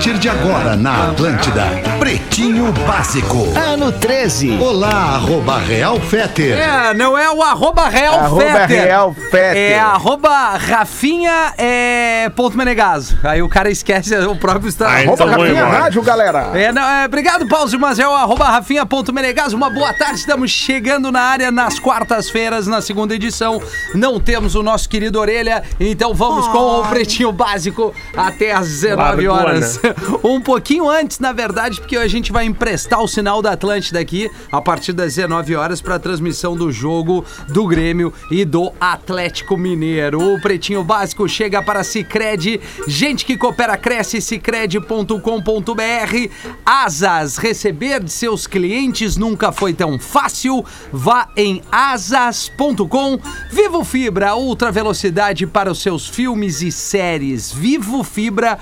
Verde agora na Atlântida. Pretinho Básico. Ano 13. Olá, arroba Real Feter. É, não é o arroba Real Arroba Fetter. Real Fetter. É arroba Rafinha é, ponto Menegaso. Aí o cara esquece o próprio está. Aí Roupa Então, vamos Capinha embora. Rádio, galera. É, não, é, obrigado, Pause, mas é o arroba Rafinha ponto Menegaso. Uma boa tarde, estamos chegando na área nas quartas-feiras, na segunda edição. Não temos o nosso querido Orelha, então vamos com o Pretinho Básico até às 19 Largou, horas. Um pouquinho antes, na verdade, porque a gente vai emprestar o sinal da Atlântida aqui a partir das 19 horas para a transmissão do jogo do Grêmio e do Atlético Mineiro. O Pretinho Básico chega para Sicredi, gente que coopera cresce sicredi.com.br. Asas, receber de seus clientes nunca foi tão fácil. Vá em asas.com. Vivo Fibra, ultra velocidade para os seus filmes e séries. Vivo Fibra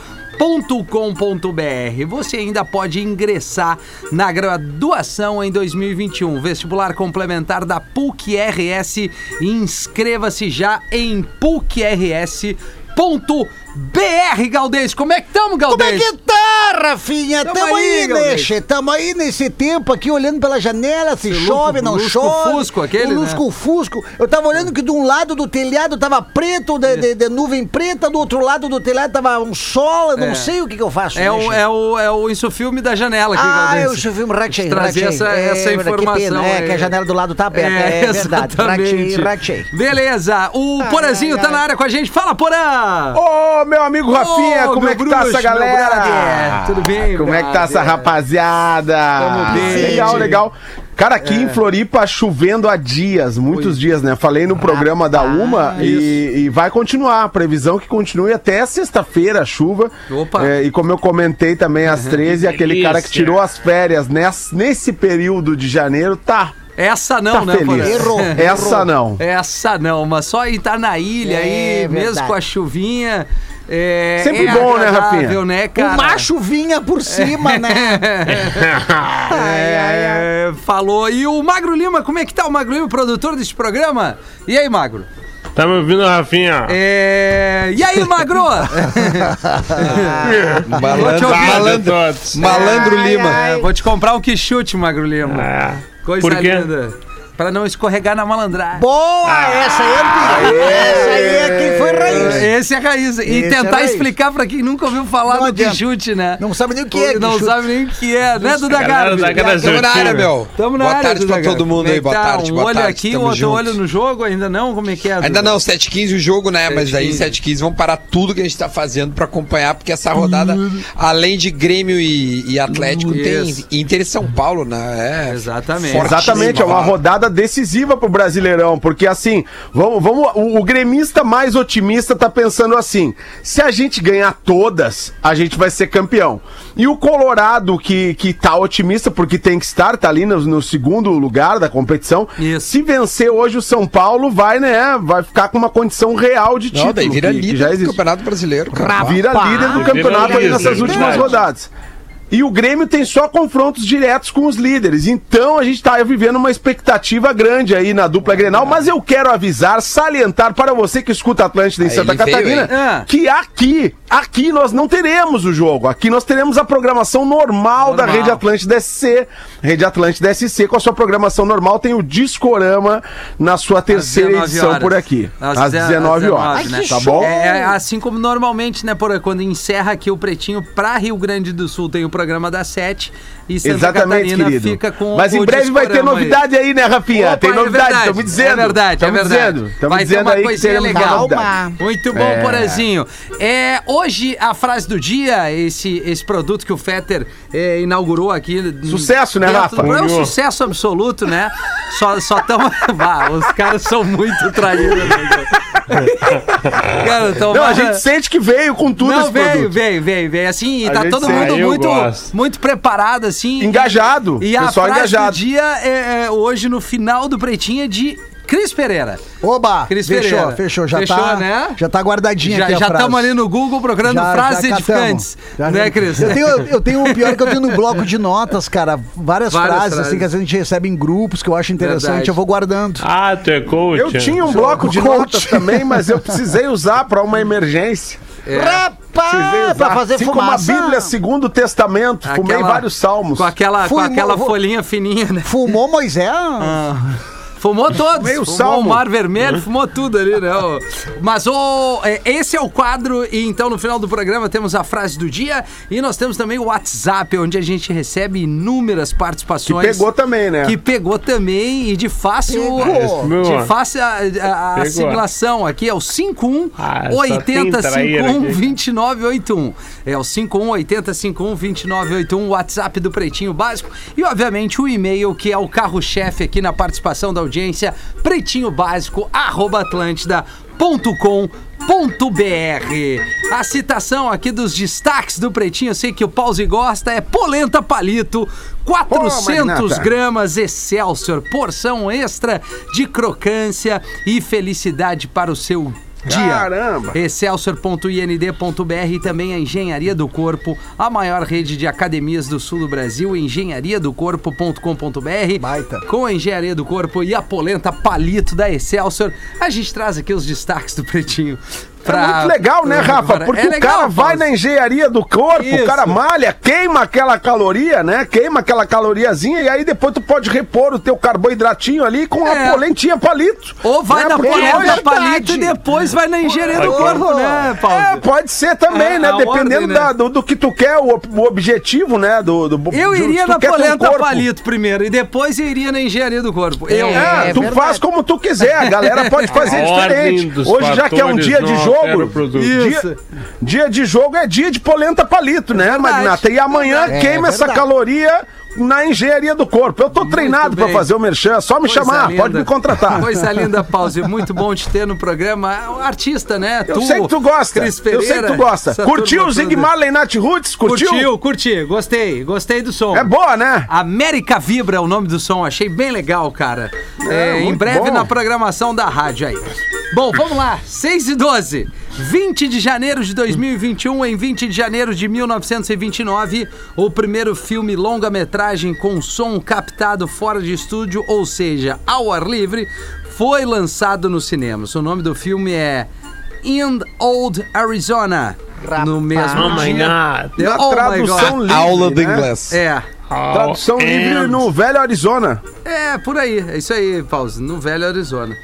com.br Você ainda pode ingressar na graduação em 2021, vestibular complementar da PUC RS. Inscreva-se já em PUCRS.br, Galdês. Como é que estamos, Como é Galdês? que tá, Rafinha? Tamo Tamo, aí, aí, Galdês. Neche. Tamo aí nesse tempo aqui, olhando pela janela, se Esse chove, lusco- não é lusco chove. fusco aquele, né? O lusco fusco. Eu tava olhando que de um lado do telhado tava preto, de, de- de nuvem preta, do outro lado do telhado tava um sol, eu não É. sei o que que eu faço, É o, Neche. é, o, é o isso filme da janela aqui, Ah, eu Galdês. vi um ratchei, Trazer ratchei. essa, essa verdade, que informação. pena. É, aí. que a janela do lado tá aberta, é, verdade. Ratchei, exatamente. ratchei. Beleza, o Porazinho tá na área com a gente. Fala, Porã! Ô, meu amigo Rafinha, Ô, como meu é que tá bruxo, essa meu galera? brother. Tudo bem, Como é que tá essa brother? rapaziada? Ah, Tamo bem. É. Legal, legal. Cara, aqui em Floripa chovendo há dias, muitos dias, né? Falei no programa da Uma e, e vai continuar. A previsão é que continue até sexta-feira a chuva. Opa. É, e como eu comentei também às 13, aquele cara que Delícia. tirou as férias ness- nesse período de janeiro tá, Essa não, tá né, feliz. Porã? Errou, Essa errou. não. Essa não, mas só em estar na ilha É, aí, mesmo verdade. com a chuvinha. É, Sempre é bom, né, agradável, Rafinha? né, O cara? macho vinha por cima, né? É, falou. E o Magro Lima, como é que tá o Magro Lima, produtor deste programa? E aí, Magro? Tá me ouvindo, Rafinha? É, E aí, Magro? Vou te Tá, Malandro, ouvir. malandro, Todos. malandro Lima. É, Vou te comprar um que chute, Magro Lima. Ah, Coisa por quê? linda. Pra não escorregar na malandragem. Boa, essa aí é minha. Essa aí é quem foi raiz. Esse é a raiz. E Esse é a tentar raiz. explicar pra quem nunca ouviu falar Não do que adianta. chute, né? Não sabe nem o que é. não Guichu. sabe nem o que é, né, Duda Galera Garbi? da Cara Tamo na Juntinho. área, meu. Tamo na boa área, tarde Duda pra Garbi. todo mundo Como é aí, que boa tá? tarde, Um boa olho tarde. aqui, tamo outro junto. olho no jogo, ainda não? Como é que é? Ainda Duda? não, 7h15 o jogo, né? Mas aí 7h15. 7h15 vamos parar tudo que a gente tá fazendo pra acompanhar, porque essa rodada, além de Grêmio e, e Atlético, Isso. tem Inter e São Paulo, né? É Exatamente. forte, Exatamente, é uma mano. rodada decisiva pro Brasileirão, porque assim, vamos, vamos, o, o gremista mais otimista tá pensando assim: se a gente ganhar todas, a gente vai ser campeão. E o Colorado, que, que tá otimista, porque tem que estar, tá ali no, no segundo lugar da competição. Isso. Se vencer hoje o São Paulo, vai, né? Vai ficar com uma condição real de título. Não, daí vira que- que líder já do existe. Campeonato Brasileiro, cara. Vira líder do Vira campeonato aí líder, nessas últimas verdade. rodadas. E o Grêmio tem só confrontos diretos com os líderes. Então a gente tá vivendo uma expectativa grande aí na dupla Grenal, mas eu quero avisar, salientar para você que escuta Atlântida em Aí Santa ele veio, Catarina, hein? Ah. que aqui, aqui nós não teremos o jogo. Aqui nós teremos a programação normal, da Normal. Rede Atlântida SC. Rede Atlântida SC com a sua programação normal tem o Discorama na sua terceira 19 edição horas. por aqui, às, de- 19 horas, né? tá bom? É, é, assim como normalmente, né, Porã? Quando encerra aqui o Pretinho pra Rio Grande do Sul, tem o programa das sete e Santa Exatamente, Catarina querido. fica com Mas o em breve vai ter discorama aí. novidade aí, né, Rafinha? Opa, tem é novidade, verdade, estão me dizendo. É verdade, Tamo é verdade. Dizendo, tamo Vai ter dizendo uma aí que coisinha teremos legal. novidade. Muito bom, Porazinho. É, hoje, a frase do dia, esse, esse produto que o Fetter é, inaugurou aqui. Sucesso, né, Dentro do Rafa? programa, É um Cunhou. sucesso absoluto, né? Só, só tamo... Bah, os caras são muito traídos. Né? cara? cara, tão... Não, a gente sente que veio com tudo Não, esse veio, produto. veio, veio, veio. Assim, e A tá gente todo sabe. mundo Ah, eu muito, gosto. muito preparado, assim. Engajado, E a pessoal frase engajado. do dia é, é, hoje no final do Pretinho é de Cris Pereira. Oba, Cris fechou, Pereira. fechou. Já Fechou, tá, né? já tá guardadinha Já aqui a já frase. estamos ali no Google procurando Já- frases já catamos. edificantes. Já- né, Cris? Eu tenho, eu tenho o pior que eu tenho no bloco de notas, cara. Várias, Várias frases, frases. assim que às vezes a gente recebe em grupos que eu acho interessante, Verdade. eu vou guardando. Ah, tu é coach. Eu tinha um bloco de Coach. notas também, mas eu precisei usar pra uma emergência. É. Rapaz, Ah, pra fazer assim fumaça. como a Bíblia, segundo o testamento, fumei Aquela- vários salmos. Com aquela, com Fui- aquela vou- folhinha fininha, né? Fumou Moisés? Ah. Fumou todos. Meio fumou salmo. o Mar Vermelho, fumou tudo ali, né? Ô, Mas o, é, esse é o quadro, e então no final do programa temos a frase do dia e nós temos também o WhatsApp, onde a gente recebe inúmeras participações. Que pegou também, né? Que pegou também e de fácil. Pegou. Boa. De fácil a, a- a Pegou. assimilação aqui é o 51 Ah, só tem 80 traíra 51 aqui. 2981. É o 51 80 51 2981, o um, WhatsApp do Pretinho Básico e, obviamente, o e-mail que é o carro-chefe aqui na participação da audiência, pretinhobásico.com.br. A citação aqui dos destaques do Pretinho, eu sei que o Pause gosta, é Polenta Palito, 400 Magnata. gramas Excelsior, porção extra de crocância e felicidade para o seu dia. Caramba! Excelsior.ind.br e também a Engenharia do Corpo, a maior rede de academias do sul do Brasil, engenhariadocorpo.com.br. Baita. Com a Engenharia do Corpo e a polenta palito da Excelsior, a gente traz aqui os destaques do Pretinho. É muito legal, né, pra- Rafa? Porque É o cara legal, vai Paulo. na engenharia do corpo, Isso. o cara malha, queima aquela caloria, né? Queima aquela caloriazinha e aí depois tu pode repor o teu carboidratinho ali com É. a polentinha palito. Ou vai Né? na Porque polenta hoje- palito e depois vai na Engenharia do Corpo, né, Paulo? É, pode ser também, É, né? a Dependendo ordem, né? da- do, do que tu quer, o, ob- o objetivo, né? Do, do, Eu do- iria se tu na quer ter um polenta corpo. palito primeiro e depois eu iria na engenharia do corpo. Eu. né? É, É tu verdade. faz como tu quiser, a galera pode fazer A ordem diferente. dos Hoje, já que é um fatores dia de não altera o jogo, produto. dia, Isso. dia de jogo é dia de polenta palito, né, Magnata? E amanhã verdade. queima É essa verdade. caloria na engenharia do corpo. Eu tô treinado pra bem. fazer o merchan, é só me Coisa chamar, linda. pode me contratar. Coisa linda, Pause. Muito bom te ter no programa. Artista, né? Eu sei que tu gosta. Cris Eu sei que Pereira, tu gosta. essa Curtiu turma o toda. Zigmar Leinat Roots? Curtiu? Curtiu, curti. Gostei, gostei do som. É boa, né? América Vibra é o nome do som, achei bem legal, cara. É, É, em muito breve bom. na programação da rádio aí. Bom, vamos lá, 6 e 12. 20 de janeiro de 2021, em 20 de janeiro de 1929, o primeiro filme longa-metragem com som captado fora de estúdio, ou seja, ao ar livre, foi lançado nos cinemas. O nome do filme é In Old Arizona. No mesmo Oh my dia. God. Na Oh my tradução God. livre. Aula do né? inglês. É. Tradução Oh, livre and- no Velho Arizona. É, por aí. É isso aí, Pause. No Velho Arizona.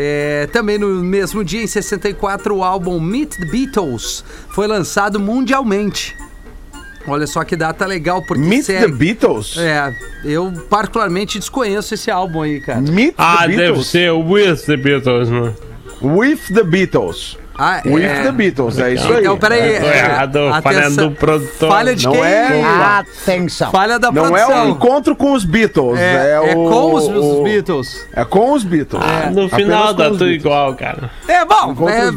É, também no mesmo dia, em 64, o álbum Meet the Beatles foi lançado mundialmente. Olha só que data legal, porque... Meet cê- the Beatles? É, eu particularmente desconheço esse álbum aí, cara. Meet Ah, the deve Beatles. ser With the Beatles, né? With the Beatles. Ah, With é. the Beatles, é isso aí. Então, peraí. Eu tô errado, Atenção. falha do produtor. Falha de Não quem? é- Atenção. Falha da Não é produção. o encontro com os Beatles, é, É, é o, com os, o- os Beatles. É com os Beatles. Ah, no Apenas final com dá os tudo Beatles. igual, cara. É, bom, Encontra é,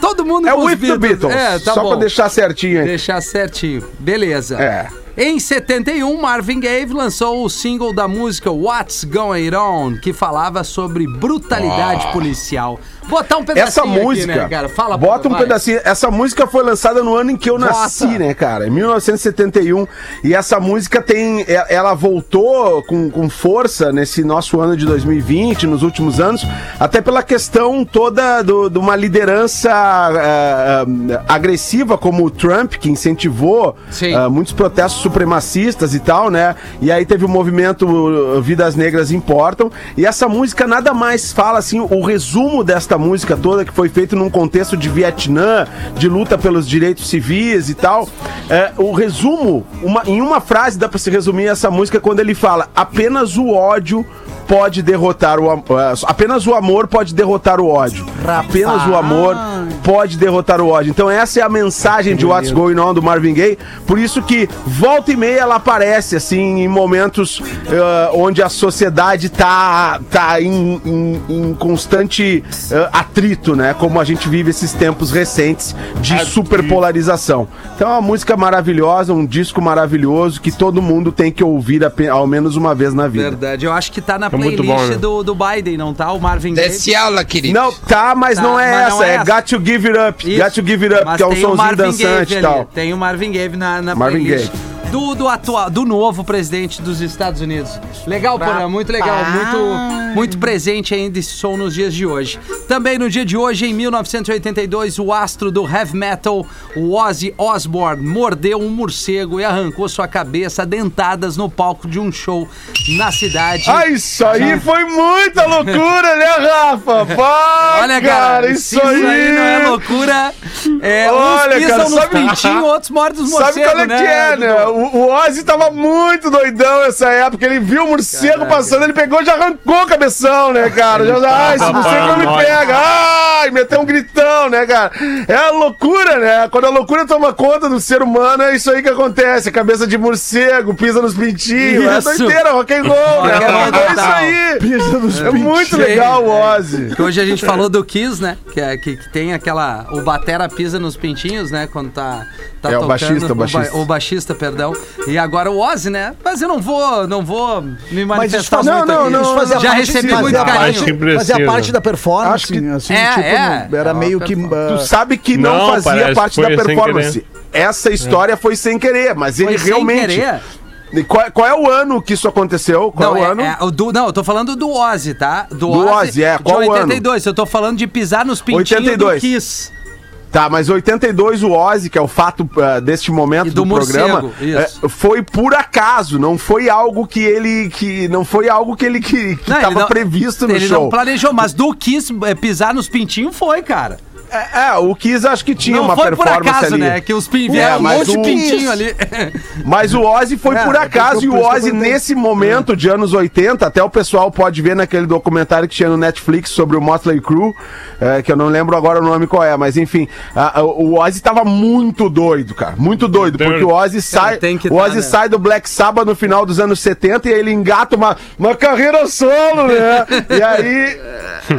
todo mundo É com o os With the Beatles. É, tá só bom. pra deixar certinho aí. Deixar certinho. Beleza. É. Em 71, Marvin Gaye lançou o single da música What's Going On, que falava sobre brutalidade policial. Botar um pedacinho Essa aqui, música. né, cara? Fala, bota um vai. pedacinho. Essa música foi lançada no ano em que eu nasci, Bota. né, cara? Em 1971. E essa música tem. é- Ela voltou com, com força nesse nosso ano de 2020, nos últimos anos, até pela questão toda do- de uma liderança ah, ah, agressiva como o Trump, que incentivou Sim. ah, muitos protestos supremacistas e tal, né? E aí teve o movimento uh, Vidas Negras Importam. E essa música nada mais fala assim, o resumo desta música toda que foi feito num contexto de Vietnã, de luta pelos direitos civis e tal. É, o resumo, uma- em uma frase dá pra se resumir essa música quando ele fala: apenas o ódio pode derrotar o amor. Apenas o amor pode derrotar o ódio. Rapaz. Apenas o amor Ah. pode derrotar o ódio. Então essa é a mensagem de What's Going On do Marvin Gaye. Por isso que volta e meia ela aparece assim em momentos eh, onde a sociedade tá tá em, em- em constante eh, atrito, né? Como a gente vive esses tempos recentes de Atrito. superpolarização. Então é uma música maravilhosa, um disco maravilhoso que todo mundo tem que ouvir ape- ao menos uma vez na vida. Verdade, eu acho que tá na É muito playlist bom, né? do, do Biden, não tá? O Marvin Gaye. Desce aula, querido. Não, tá, mas Tá, não é mas essa, não é é, essa. Got to Give It Up, Isso. Got to Give It Up, Mas que é um tem o somzinho Marvin Gaye dançante e ali, tal. Tem o Marvin Gaye na, na Marvin playlist. Gaye. do, do, atual, do novo presidente dos Estados Unidos. Legal, Porã, muito legal. Muito, muito presente ainda esse som nos dias de hoje. Também no dia de hoje, em 1982, o astro do heavy metal, o Ozzy Osbourne, mordeu um morcego e arrancou sua cabeça a dentadas no palco de um show na cidade. Ah, isso aí foi muita loucura, né, Rafa? Pá, Olha, cara, isso, se isso aí... aí, não é loucura. É, Olha, uns pisam cara, nos sabe- pintinhos, outros mordem os morcegos, Sabe qual é que é, né? O, o Ozzy tava muito doidão essa época. Ele viu o morcego passando, ele pegou e já arrancou o cabeção, né, cara? Já, ai, esse morcego não me paranoico. pega. Ai, meteu um gritão, né, cara? É a loucura, né? Quando a loucura toma conta do ser humano, é isso aí que acontece. Cabeça de morcego, pisa nos pintinhos. É Isso. doideira, rock and roll, né? Rock and roll É isso total. aí. Pisa nos É muito legal o Ozzy. Que hoje a gente falou do Kiss, né? Que, é- que, que tem aquela. O Batera pisa nos pintinhos, né? Quando tá, tá É, o tocando. baixista, o ba- baixista. o baixista, perdão. E agora o Ozzy, né? Mas eu não vou, não vou me manifestar faz- muito não, aqui. não, não, fazia Já parte- recebi fazia muito parte- carinho. Acho que Fazia precisa. parte da performance, Acho que- assim, É, tipo, é. não- era Era meio que... performance. ah, Tu sabe que não, Não, parece fazia que parte foi da sem performance. Essa história foi sem querer, mas ele Foi sem realmente. querer? E Qual, qual é o ano que isso aconteceu? Qual Não, é o é- ano? é o do- não, eu tô falando do Ozzy, tá? Do, Ozzy, é. Qual de ano? 82. Eu tô falando de pisar nos pintinhos 82. do Kiss. Tá, mas 82 o Ozzy, que é o fato ah, deste momento E do, do programa, morcego, isso. eh, foi por acaso, não foi algo que ele que não foi algo que ele que, que Não, ele tava não- previsto no ele show. não planejou, mas do Kiss é, pisar nos pintinhos foi, cara. É, é, o Kiss acho que tinha não uma foi performance por acaso, ali. É, né? Que os pin... vieram um mas monte de o- pintinho ali. Mas o Ozzy foi É, por é acaso porque e eu- o por isso que eu Ozzy perguntei. nesse momento de anos 80, até o pessoal pode ver naquele documentário que tinha no Netflix sobre o Motley Crue, eh, que eu não lembro agora o nome qual é, mas enfim, a- a- o Ozzy tava muito doido, cara, muito doido, porque o Ozzy sai, tem que o tá, Ozzy né? sai do Black Sabbath no final dos anos 70 e aí ele engata uma, uma carreira solo, né? E aí,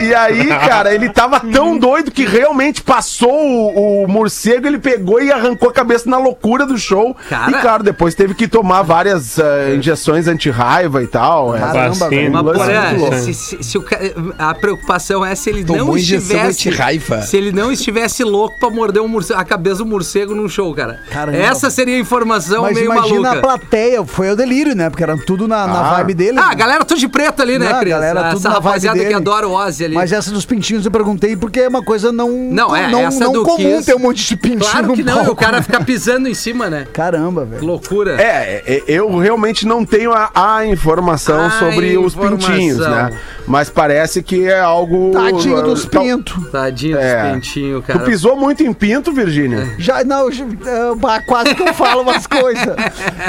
e aí, cara, ele tava tão doido que realmente passou o, o morcego, ele pegou e arrancou a cabeça na loucura do show. Cara. E claro, depois teve que tomar várias eh, injeções anti-raiva e tal. é. Caramba, velho. Mas, Vacina. lance é porém, muito louco. se, se- se o ca- eh, a preocupação é se ele Tomou não injeção estivesse. anti-raiva. Se ele não estivesse louco pra morder um morcego- a cabeça do morcego num show, cara. Caramba. Essa seria a informação Mas meio imagina maluca. a plateia, foi o delírio, né? Porque era tudo na, na Ah. vibe dele. Ah, né? a galera tudo de preto ali, né, Não, a Cris? galera tudo Essa na vibe rapaziada que dele. adora o Ozzy ali. Mas essa dos pintinhos eu perguntei porque é uma coisa não Não, é, não, essa não do comum Kiss. ter um monte de pintinho claro que no não, e o palco, cara né? fica pisando em cima, né? Caramba, velho. Loucura. É, é, eu realmente não tenho a, a informação A sobre informação. os pintinhos, né? Mas parece que é algo. Tadinho dos tal- pintos. Tadinho É. dos pintinhos, Tu cara. pisou muito em pinto, Virgínia? Já, não, já- ah, bah, quase que eu falo umas coisas.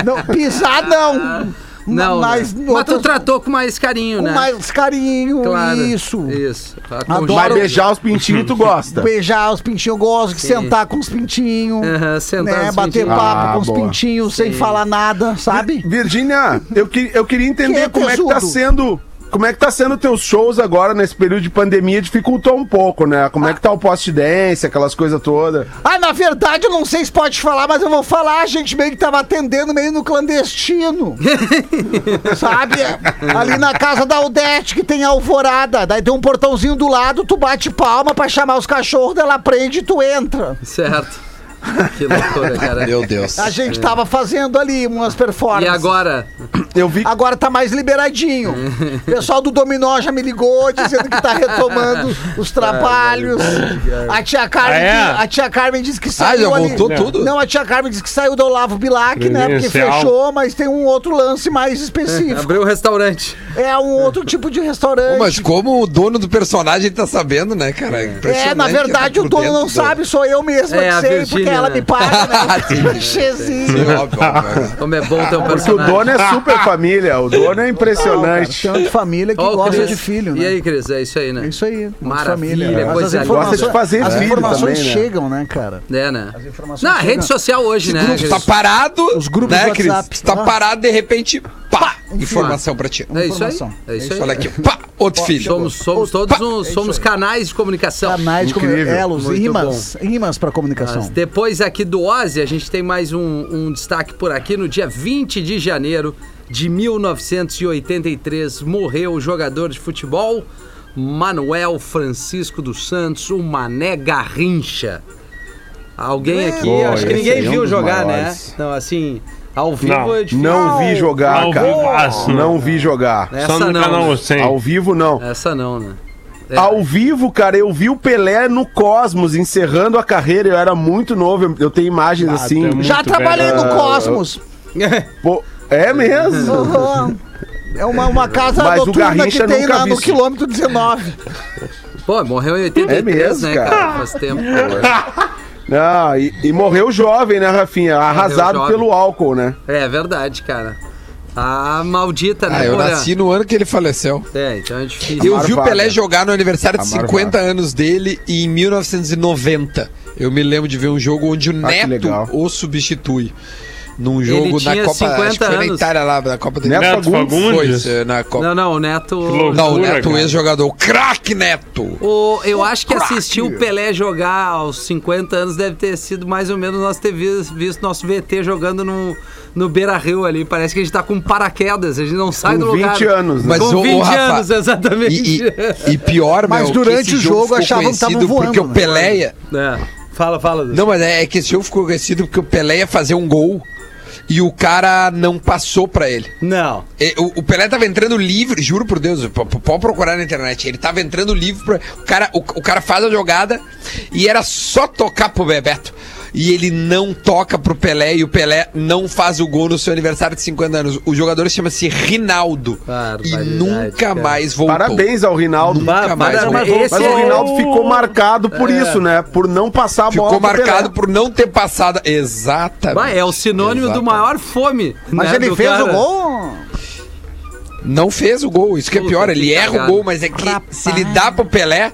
Não, pisar não. Não, mas, né? mas outras- tu tratou com mais carinho, com né? mais carinho, Claro. isso. Isso. Adoro- Vai beijar os pintinhos, tu gosta. Beijar os pintinhos, eu gosto de sentar com os pintinhos. Aham, sentar né, nos bater pintinhos. papo Ah, com os boa. pintinhos sem falar nada, sabe? Virgínia, eu, que- eu queria entender Que é como é que tá tesudo? sendo. Como é que tá sendo teus shows agora nesse período de pandemia? Dificultou um pouco, né? Como é que tá o post dance, aquelas coisas todas? Ah, na verdade, eu não sei se pode falar, mas eu vou falar, gente, meio que tava atendendo meio no clandestino. sabe? Ali na casa da Odete, que tem a alvorada. Daí tem um portãozinho do lado, tu bate palma pra chamar os cachorros, daí ela prende e tu entra. Certo. Que loucura, cara. Meu Deus. Tá A gente tava fazendo ali umas E performances. agora? Eu vi Agora tá mais liberadinho. O pessoal do Dominó já me ligou dizendo que tá retomando os trabalhos. A tia Carmen, Ah, é? que- a tia Carmen disse que Ah, já saiu ali. voltou tudo? Não, a tia Carmen disse que saiu do Olavo Bilac, né? Porque Credencial. fechou, mas tem um outro lance mais específico. Abriu o restaurante. É um outro tipo de Pô, restaurante. Mas como o dono do personagem tá sabendo, né, cara? É, na Impressionante, verdade cara, o por dono dentro não do- sabe, sou eu mesma É, que a sei, Virgínia, porque ela né? me paga, né? Sim, Chezinho. óbvio, óbvio. né? Como é bom ter um que o personagem. dono é super família, o dono é impressionante. Não, cara, tem uma família que Ó, o gosta Cris. é de filho, né? E aí, Cris, é isso aí, né? É isso aí. uma Maravilha, família. Mas as coisa linda. informações, é, Gosta de fazer as vídeo informações também, né? chegam, né, cara? É, né? informações Na chegam. rede social hoje, né? Grupo Cris? tá parado, Os grupos né, do Cris? WhatsApp. Tá Ah. parado, de repente, pá, informação pra ti. É isso aí. informação. É isso aí. Olha aqui, pá, outro filho. Somos, somos todos uns, somos canais de comunicação. É Canais como Incrível. elos, Muito imãs, imãs pra Mas Então. comunicação. depois aqui do Ozzy, a gente tem mais um, um destaque por aqui. No dia 20 de janeiro de 1983, morreu o jogador de futebol Manuel Francisco dos Santos, o Mané Garrincha. Alguém aqui, Boa, acho que esse ninguém aí é um viu dos jogar, né? maiores. Não, assim, Ao vivo Não, é difícil. Não vi jogar, Ao cara. vivaço. Não vi jogar. Só Essa no não, canal né? 100. Ao vivo, não. Essa não, né? É. Ao vivo, cara, eu vi o Pelé no Cosmos encerrando a carreira. Eu era muito novo, eu- eu tenho imagens Ah, assim. um tamo- Já Muito trabalhei bem. no Cosmos. Pô, é mesmo? Aham. É uma, uma casa Mas o noturna que Garrincha tem nunca lá vi no isso. quilômetro 19. Pô, morreu em 83, É mesmo, né, cara? cara? Faz tempo. Ah, e, e morreu jovem, né, Rafinha? Arrasado jovem. pelo álcool, né? É verdade, cara. A maldita, né? Ah, eu Porã? nasci no ano que ele faleceu. É, então é difícil. Eu Marvada. vi o Pelé jogar no aniversário de A marvada. 50 anos dele em 1990. Eu me lembro de ver um jogo onde o que Neto legal. o substitui. Num jogo na tinha Copa, acho que 50 foi na anos. Itália lá, na Copa da Neto Neto Fagundes? Fagundes? Foi, eh, na Copa. Não, não, o Neto. louco. Não, o Loucura, Neto, cara. ex-jogador. o Craque Neto! O, eu acho que craque. assistir o Pelé jogar aos 50 anos deve ter sido mais ou menos nós ter vis- visto nosso VT jogando no, no Beira Rio ali. Parece que a gente tá com paraquedas, a gente não sai do Com lugar. 20 anos, né? Mas com o- o 20 Rafa, anos, exatamente. E, e- e pior, Mas meu, que durante esse o jogo ficou achavam que tavam conhecido Porque voando, o Pelé... ia- É. Fala, fala. Dudu. Não, mas é que esse jogo ficou conhecido porque o Pelé ia fazer um gol e o cara não passou pra ele. Não. E- O, o Pelé tava entrando livre, juro por Deus, p- p- pode procurar na internet. Ele tava entrando livre, pra, o, cara, o, o cara faz a jogada e era só tocar pro Bebeto. E ele não toca pro Pelé e o Pelé não faz o gol no seu aniversário de 50 anos. O jogador chama-se Rinaldo. E Barbaridade, nunca cara. mais voltou. Parabéns ao Rinaldo. Ba- Nunca mais para- voltou. esse Mas é o Rinaldo ficou marcado por isso, né? Por não passar a bola. Ficou pro Pelé. marcado por não ter passado. Exatamente. Vai, é o sinônimo do Exatamente. maior fome. Mas né, ele do fez cara. o gol? Não fez o gol, isso que é Puta, pior. que Ele erra o cagada. gol, mas é que se ele dá pro Pelé,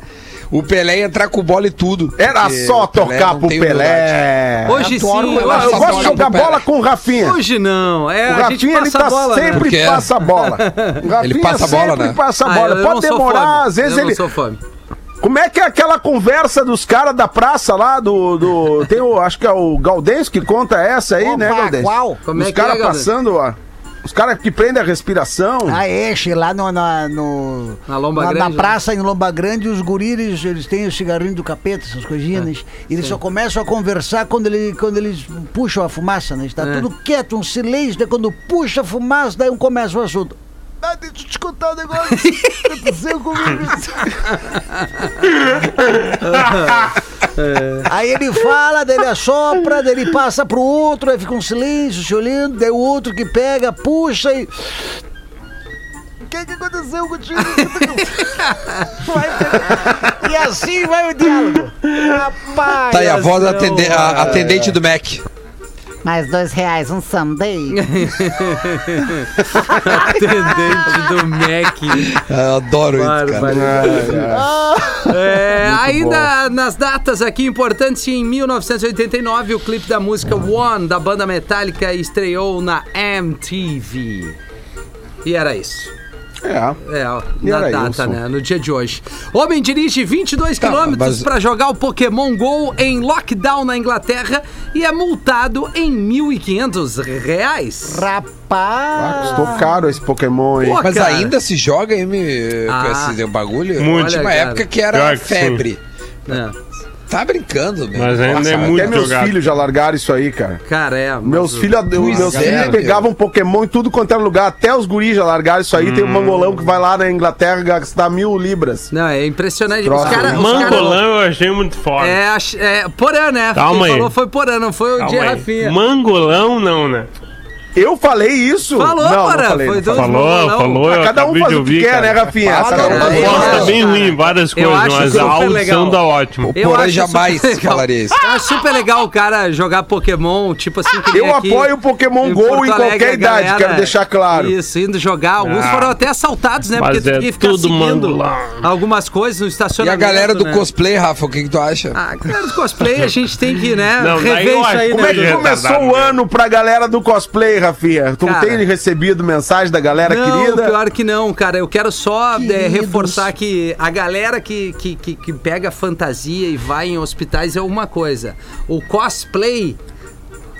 o Pelé ia entrar com bola e tudo. Era Porque só o Pelé tocar não pro tem humildade. Pelé. Hoje sim, Adoro eu Eu, acho eu só gosto de toca jogar pro Pelé. bola com o Rafinha. Hoje não. É, O a gente Rafinha, passa ele a tá bola, né? sempre Porque- passa a bola. O Rafinha passa a bola, sempre né? passa a Ah, bola. eu não Pode sou demorar, fome. às vezes eu ele... Não sou fome. Como é que é aquela conversa dos caras da praça lá, do... do- tem o, acho que é o Gaudêncio que conta essa aí, Opa, né, Gaudêncio? qual? Como é os que caras é, Gaudêncio? passando, ó, os caras que prendem a respiração. Ah, enche lá no, na, no- Na Lomba na, Grande, né? na praça em Lomba Grande, os guris, eles, eles têm o cigarrinho do capeta, essas É, coisinhas, né? eles só começam a conversar quando, ele, quando eles puxam a fumaça, né? Está É. tudo quieto, um silêncio, daí quando puxa a fumaça, daí um começa o assunto. Ah, deixa eu te contar um negócio que aconteceu comigo. Aí ele fala, daí ele assopra, daí ele passa pro outro, aí fica um silêncio se olhando, daí o outro que pega, puxa e. O que, que aconteceu contigo? Vai pegar. e assim vai o diálogo. Rapaz! Tá aí a voz da Não, atende- a- atendente do Mac. Mais dois reais, um sundae. Atendente do Ah, Mac. Eu adoro isso, né? cara. Barbaridade. É, ainda nas datas aqui importantes, em 1989, o clipe da música One da banda Metallica estreou na MTV. E era isso. É. É, ó, E na era data, isso. né? No dia de hoje. Homem dirige 22 Tá, quilômetros mas- para jogar o Pokémon GO em lockdown na Inglaterra e é multado em 1.500 reais. Ah, Rapaz! custou caro esse Pokémon, hein? Pô, Mas cara. ainda se joga hein, me, Ah. com esse bagulho? Muito. Tinha uma Olha, época cara. que era Pior que febre. É. Tá brincando, meu. Mas ainda é Até muito meus jogado. filhos já largaram isso aí, cara. Cara, é. mas Meus o- filhos, Pois meus é, filhos meu. pegavam Pokémon em tudo quanto era lugar. Até os guris já largaram isso aí. Tem um Hum. mangolão que vai lá na Inglaterra gastar mil libras. Não, é impressionante. Troço. Os caras. Mangolão eu achei muito Cara, foda. é, ach- é, Porã, né? Calma Quem aí. falou foi Porã, não foi o de Calma aí. Rafinha. Mangolão não, né? Eu falei isso? Falou, não, não Porã. falei, foi não dois falei. Falou, mangolão. falou, eu Ah, Cada um acabei faz de o que ouvir, quer, né, cara. Rafinha? Fala, Cada um cara. faz o Eu que gosto, quer. tá bem Cara, ruim em várias eu coisas, acho mas super a legal. audição tá ótima. O Porã acho jamais super legal. falaria isso. Eu acho super legal o cara jogar Pokémon, tipo assim. Que Eu apoio o Pokémon Go em qualquer idade, quero deixar claro. Isso, indo jogar. Alguns Ah. foram até assaltados, né? Mas Porque tu é tinha que ficar tudo seguindo mangolão. algumas coisas no E a estacionamento. galera do né? cosplay, Rafa, o que, que tu acha? Ah, galera do cosplay, a gente tem que, né? Não, daí rever eu isso acho aí, que Como é né? que Retardado começou o mesmo. ano pra galera do cosplay, Rafinha? Tu Cara. tem recebido mensagem da galera não, querida? pior que não, cara. Eu quero só eh, reforçar que a galera que, que, que, que pega fantasia e vai em hospitais é uma coisa. O cosplay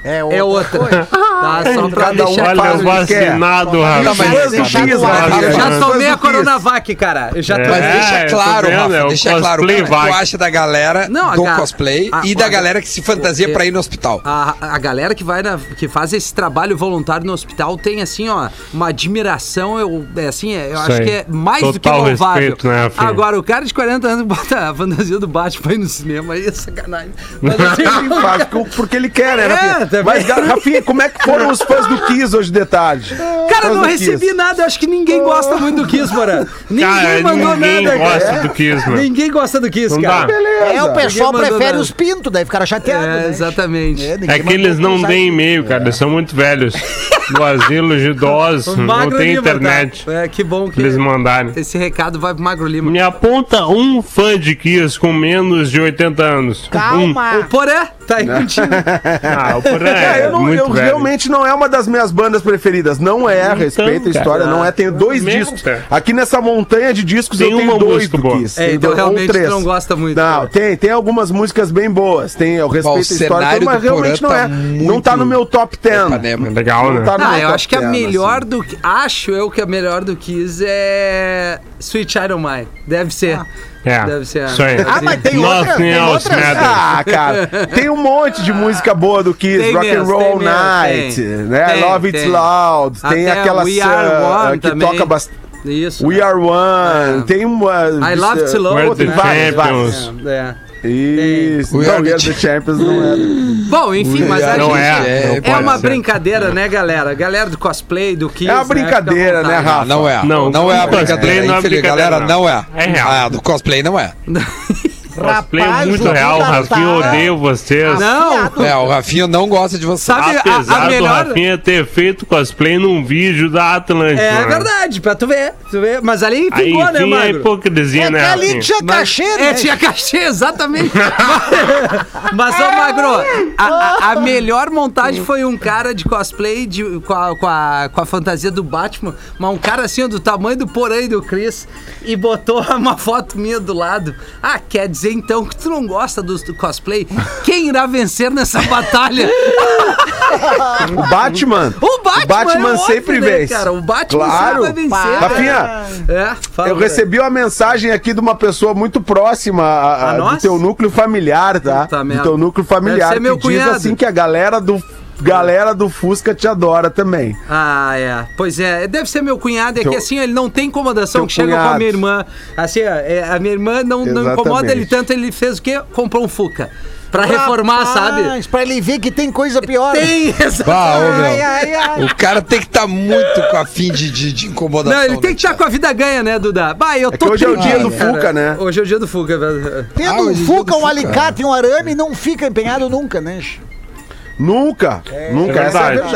É É outra. Tá, só pra Cada um deixar faz Olha, o claro. que vacinado, rapaz. mas deixa no ar, rapaz. Eu já né? Faz tomei o a que quis. Coronavac, cara. Eu já É. tomei. Mas deixa eu tô claro, vendo, é Rafa, o deixa claro o cosplay que vai. tu acha da galera Não, a do ga- cosplay a- e da a- galera que se fantasia pra ir no hospital. A, a galera que vai na- que faz esse trabalho voluntário no hospital tem assim, ó, uma admiração, eu é assim, é, eu Isso acho aí. que é mais do que Total louvável. respeito, né, Rafinha? Agora o cara de 40 anos bota a fantasia do Batman pra ir no cinema, aí é sacanagem. Mas, assim, Ele faz co- porque ele quer, né, É, Rafinha? também. Mas, ga- Rafinha, como é que foram os fãs do Kiss hoje de tarde? cara, Fãs não do recebi Kiss. nada, eu acho que ninguém gosta muito do Kiss, Moran. Ninguém Cara, mandou ninguém nada, gosta cara. do Kiss, mano. Ninguém gosta do Kiss, Não cara. dá. É, o pessoal Ninguém mandou prefere nada. os pintos, daí ficaram chateados. É, né? exatamente. ninguém É que mandou eles não cruzar. têm e-mail, cara. Eles são muito velhos. No asilo de idosos, não Magro tem Lima, tá? internet. É, que bom que Eles mandarem. esse recado vai pro Magro Lima. Me aponta um fã de Kiss com menos de 80 anos. Calma. O Porã tá aí contigo. Um. Ah, o Porã É, é, Ah, eu, não- muito eu velho. Então, realmente não é uma das minhas bandas preferidas. Não é, respeito a cara. história, não é. Tenho dois Mesmo, discos. cara. Aqui nessa montanha de discos Tem eu tenho uma dois música do boa. Kiss. É, Tem então dois- ou realmente tu não gosta muito, Não, né? tem, tem algumas músicas bem boas. Tem, eu respeito a história, cenário toda, mas do Porã realmente não tá é. Não muito tá no meu top 10. Ipanema. Legal, né? Não tá é no Ah, meu eu top acho que a 10, melhor do que. Acho eu que a melhor do Kiss é. Sweet Iron Mine. Deve ser. É. Deve ser. Isso aí. Ah, mas tem Nothing outra, tem else outra. matters. Ah, cara, tem um monte de música boa do Kiss, Ah, Tem Rock mesmo, and Roll tem mesmo, Night, tem. né? Tem, Love It's tem. Loud, tem Até aquela We ah, Are One que também. toca bastante. Isso. né? We Are One, É. tem um, uh, uma. I Love It Low. Where the tem várias, várias. Champions. É, é. Isso, We não, Are We the Are the Champions não é. Bom, enfim, mas a Não gente. é. não é É pode uma ser. brincadeira, né, galera? Galera do cosplay, do Kiss. É uma né? brincadeira, Fica à né, vontade. Rafa? Não é. Não, Não, é a do cosplay brincadeira. não é Infelizmente, brincadeira, galera, não. não é. É real. Ah, do cosplay não é. Cosplay Rapaz, é muito o real, Duda Rafinha, tá- eu odeio vocês. Não! Fiado. É, o Rafinha não gosta de você. Sabe a- a, Apesar do melhor. Rafinha ter feito cosplay num vídeo da Atlântica. É né? verdade, pra tu ver. Tu ver. Mas ali Aí ficou, né, enfim, é mano? hipocrisia, É que né, ali Rafinha? tinha Mas- cachê, né? É, tinha cachê, exatamente. Mas- Mas, ô, Magro, a, a- a melhor montagem foi um cara de cosplay de- com, a, com a- com a fantasia do Batman, mas um cara assim, ó, do tamanho do porém do Chris, e botou uma foto minha do lado. Ah, quer dizer então que tu não gosta do, do cosplay? Quem irá vencer nessa batalha? O Batman. O Batman! O Batman é óbvio, sempre né, vence. Cara, o Batman Claro. sempre vai vencer. Rafinha, É, fala, eu recebi uma mensagem aqui de uma pessoa muito próxima a- a- A nós? do teu núcleo familiar, tá? Puta do merda. teu núcleo Deve familiar. ser meu que cunhado. diz assim que a galera do galera do Fusca te adora também. Ah, é. Pois é, deve ser meu cunhado, é Teu- que assim ele não tem incomodação teu que chega com a cunhado. minha irmã. Assim, ó, é, a minha irmã não, não Exatamente. incomoda ele tanto, ele fez o quê? Comprou um Fuca. Pra reformar, sabe? Rapaz, Pra ele ver que tem coisa pior. Tem essa. Bah, ô, meu. Ai, ai, ai. O cara tem que estar muito com a fim de, de, de incomodação. né? Não, ele tem que estar com a vida ganha, né, Duda? Bah, eu tô que hoje um é o triste, dia do cara. Fuca, né? Hoje é o dia do Fuca. velho. Tendo Ah, um hoje em fuca, um dia do Fuca. alicate e um arame, não fica empenhado nunca, né? Nunca, nunca, É essa é a verdade.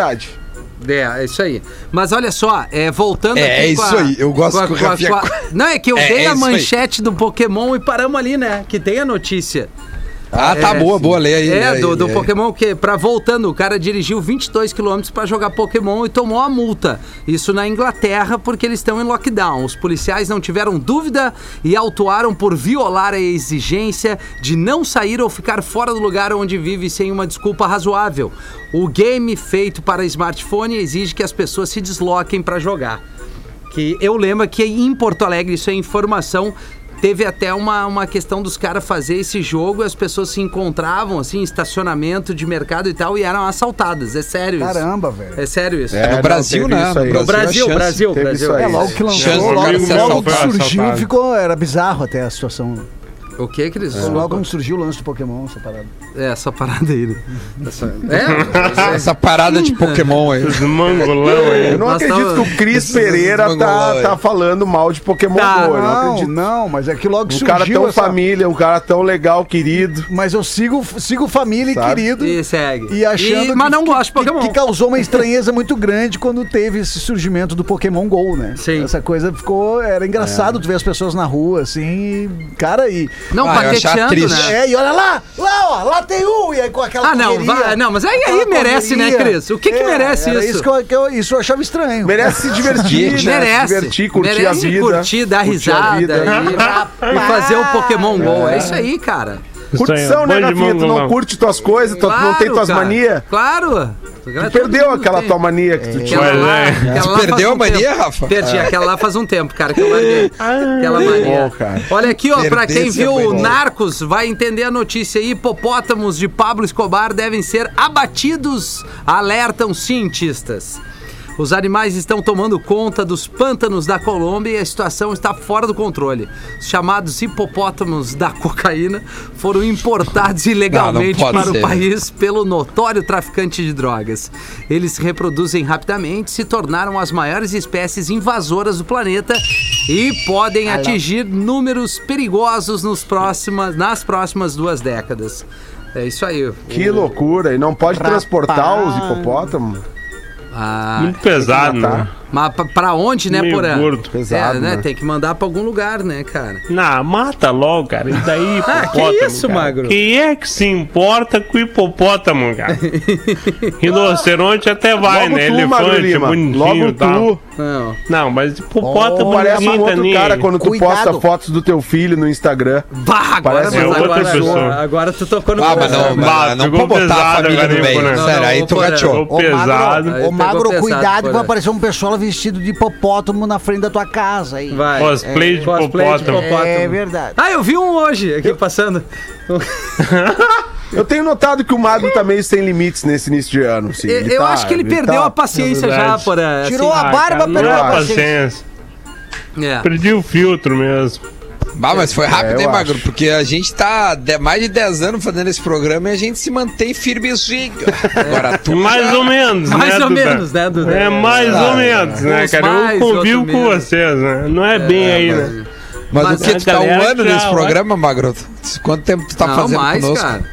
verdade. É, é isso aí. Mas olha só, é, voltando É, aqui é isso aí, eu gosto que o Rafinha- Não, é que eu É, dei é a isso aí. manchete do Pokémon e paramos ali, né? Que tem a notícia. Ah, tá É, boa, boa, lei aí. É, lê aí, do, do lê aí. Pokémon que, pra voltando, o cara dirigiu 22 km pra jogar Pokémon e tomou a multa. Isso na Inglaterra, porque eles estão em lockdown. Os policiais não tiveram dúvida e autuaram por violar a exigência de não sair ou ficar fora do lugar onde vive sem uma desculpa razoável. O game feito para smartphone exige que as pessoas se desloquem pra jogar. Que eu lembro que em Porto Alegre, isso é informação. Teve até uma, uma questão dos caras fazer esse jogo e as pessoas se encontravam, assim, em estacionamento de mercado e tal, e eram assaltadas. É sério isso. Caramba, velho. É sério isso. É, No não, Brasil, teve né? isso aí. é No No Brasil, a chance- Brasil, teve Brasil. isso aí. É, logo que Chance lançou, um do logo, cara ser logo que assaltado. surgiu, ficou, era bizarro até a situação. O que, Cris? É. Logo quando surgiu o lance do Pokémon, essa parada. Essa parada aí. né? É? Ah. Essa parada de Pokémon aí. Os mangolão aí. Eu não Nós acredito tava- que o Cris Esses Pereira mangolão tá, aí. tá falando mal de Pokémon Tá, Go. Eu não Não, acredito. não, mas é que logo que Um cara surgiu tão essa... família, um cara tão legal, querido. Mas eu sigo, sigo família e Sabe? querido. E segue. E achando E- mas não gosto de que, Pokémon. que causou uma estranheza muito grande quando teve esse surgimento do Pokémon GO, né? Sim. Essa coisa ficou. Era É. engraçado tu ver as pessoas na rua, assim, e- cara, e. Não, Ah, eu achava paqueteando, triste. né? É, e olha lá! Lá, ó, lá tem um! E aí com aquela. Ah, não, correria, vai, não, mas aí- aí aquela É, merece, né, Cris? O que que merece era isso? que eu, que eu- isso eu achava estranho. Merece se divertir, né? Se Merece. divertir, curtir merece a vida. curtir, dar curtir a risada vida. e, e fazer o Pokémon GO. É isso aí, cara. Curtição, né, Rafinha? Tu não curte tuas coisas, tu não tem tuas cara. manias. Claro. Tu perdeu aquela tua mania. mania que tu tinha. Aquela lá, é. aquela né? Tu lá faz perdeu a um mania, tempo. Rafa? Ah. Perdi aquela lá faz um tempo, cara, que eu larguei. Aquela mania. Ah, bom, cara. é Olha aqui, ó, pra Perder quem essa viu mania. Narcos, vai entender a notícia aí. Hipopótamos de Pablo Escobar devem ser abatidos, alertam cientistas. Os animais estão tomando conta dos pântanos da Colômbia e a situação está fora do controle. Os chamados hipopótamos da cocaína foram importados ilegalmente pode para o ser, país né? país pelo notório traficante de drogas. Eles se reproduzem rapidamente, se tornaram as maiores espécies invasoras do planeta e podem atingir números perigosos nos próximas, nas próximas duas décadas. É isso aí. Que loucura. E não pode transportar os hipopótamos. Ah, Muito pesado, né? mas pra- pra onde, né, Meio Porã? gordo, pesado, é, né? né? Tem que mandar pra algum lugar, né, cara? Na mata logo, cara. E daí, hipopótamo. Ah, isso, cara? magro? Quem é que se importa com hipopótamo, cara? Rinoceronte até vai, Logo né? tu, Magro Elefante, Lima. bonitinho tá. Logo e tal. tu. Não. Não, mas hipopótamo Tu oh, parece um outro cara quando tu Cuidado. posta fotos do teu filho no Instagram. Bah, agora, Parece mas outra agora, pessoa. agora tu tocou no Ah, mas coração. não, mas Bah, não ficou pode botar a pesado família agora, no hein, né? meio. Porã? Sério, Não, aí não, né? tu Porã. rachou. Ô, pesado. Magro, Aí ô, magro, pegou pesado, cuidado que vai Porã. aparecer um pessoal vestido de hipopótamo na frente da tua casa aí. Vai. Cosplay de hipopótamo. É verdade. Ah, eu vi um hoje aqui passando. Eu tenho notado que o Magro tá meio sem limites nesse início de ano. assim. Eu, eu tá- acho que ele perdeu tá- a paciência na já, verdade. Porã. Tirou assim. a barba, não perdeu é a paciência. paciência. É. Perdi o filtro mesmo. Bah, mas foi rápido, É, eu hein, Magro? acho. Porque a gente tá de- mais de 10 anos fazendo esse programa e a gente se mantém firmezinho. Agora tu. É Mais ou menos, né, Mais ou Duda? menos, né, Duda? É, mais Ah, ou menos, né, Uns cara? mais, Eu convivo outro com menos. vocês, né? Não é bem aí, né? Mas, Mas o que? a Tu tá um galera ano já nesse olha- programa, Magro? Quanto tempo tu tá não, fazendo mais, conosco? cara.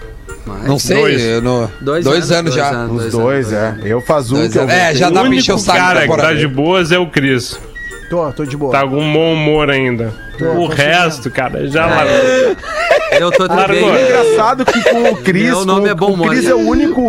Mais. Não sei, Dois. eu não- Dois, anos, já. Os dois, é. Eu faço um né? Dois que eu anos. É, já O dá pra encher o único saco cara que temporada. tá de boas é o Cris. Tô, tô de boa. Tá com bom humor ainda. o resto, cara, já largou. Eu tô Largou. É também. engraçado que com o Cris. Meu nome com- é bom o Cris humor. é o único.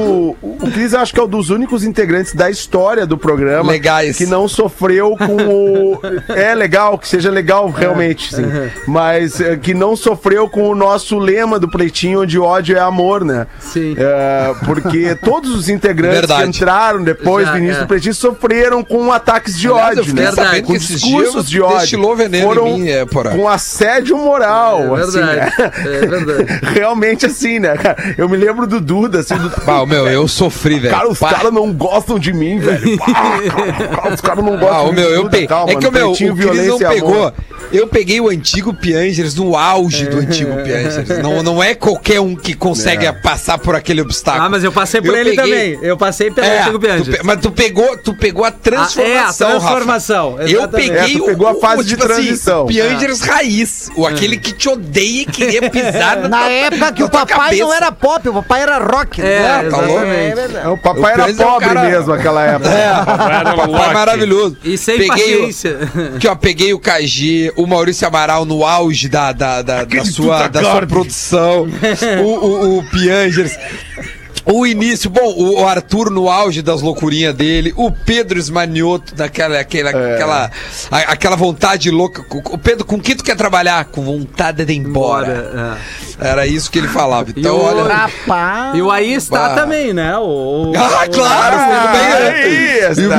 O Cris eu acho que é um dos únicos integrantes da história do programa. Legais. Que não sofreu com o. É legal, que seja legal realmente, sim. Mas é, que não sofreu com o nosso lema do Pretinho, onde ódio é amor, né? Sim. É, porque todos os integrantes Verdade. que entraram depois Já, do início é. do Pretinho sofreram com ataques de Aliás, eu ódio, fiquei né? Verdade. sabendo Com que esses dias discursos de ódio. destilou veneno em mim, é, porra. com assédio moral, É assim, verdade, né? é verdade. Realmente assim, né, cara? Eu me lembro do Duda, assim, do... Bah, meu, eu sofri, velho. Cara, os Pá. caras não gostam de mim, velho. Pá, cara, cara, os caras não gostam Ah, o de meu, mim. eu Duda, peguei. calma, é que o meu, o Pretinho, Cris não violência e pegou. amor. Eu peguei o antigo Piangers no auge É. do antigo Piangers. Não, não é qualquer um que consegue passar por aquele obstáculo. Ah, mas eu passei por Tá. Eu ele peguei- também. Eu passei pelo É, Chico tu Bianchi. pe- mas tu pegou, tu pegou a transformação, Ah, é, a Rafa. transformação, Eu exatamente. peguei É, tu pegou a fase de assim, transição. É. Piangers raiz, o É. aquele que te odeia e queria pisar na, Na tua- época que na o tua papai não cabeça. era pop, o papai era rock. É, né? tá louco. é exatamente. verdade. O papai O era Cris é um pobre cara- mesmo naquela época. Era um Papai lock. maravilhoso. E sem Peguei o- paciência. Que ó, peguei o KG, o Maurício Amaral no auge da, da, da, da sua, da sua produção, o, o, o Piangers. O início, bom, o o Arthur no auge das loucurinhas dele, o Pedro Esmanioto naquela aquela, aquela, a- aquela vontade louca. O Pedro, com que tu quer trabalhar? Com vontade de ir embora. Bora. Era isso que ele falava. Então, o- olha. Rapaz. é. E o aí está Bah. também, né? O, o- Ah, claro! tudo bem, né? é Ah, Arthur. isso,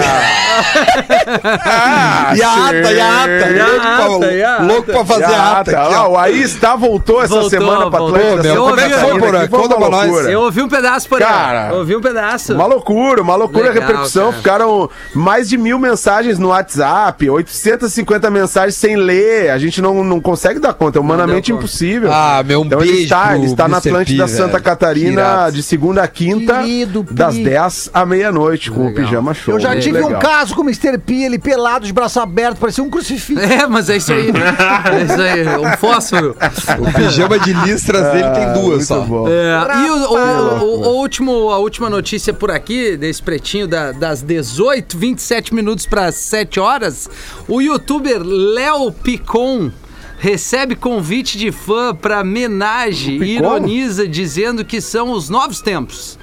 tá. E a ata, e a ata. sim. louco pra- ata, e a ata. Louco pra fazer a ata. Ah, aqui, tá. ó. o Aí está voltou essa Voltou, semana pra voltou. Atlântida. Meu, Santa como é que foi, Catarina, Porã? que foi Conta uma pra nós. loucura. Eu ouvi um pedaço, por Cara. Eu ouvi um pedaço. Uma loucura, uma loucura Legal, a repercussão. cara. Ficaram mais de mil mensagens no WhatsApp, 850 mensagens sem ler. A gente não, não consegue dar conta, é humanamente Não deu conta. impossível. Ah, meu, um então ele beijo está, pro ele está na Mr. Atlântida P, Santa velho. Que Catarina irado. de segunda a quinta, Querido Pi. das 10 à meia-noite, com o Legal. Pijama Show. Eu já Muito tive um legal. caso com o Mr. P, ele pelado, de braço aberto, parecia um crucifixo. É, mas é isso aí. É isso aí. Um fósforo. O pijama de listras dele tem duas Ah, Muito só. bom. É, e o, o- o- o último, a última notícia por aqui, desse pretinho da- das 18, 27 minutos para 7 horas, o youtuber Léo Picon recebe convite de fã para homenagem e Picon? ironiza dizendo que são os novos tempos.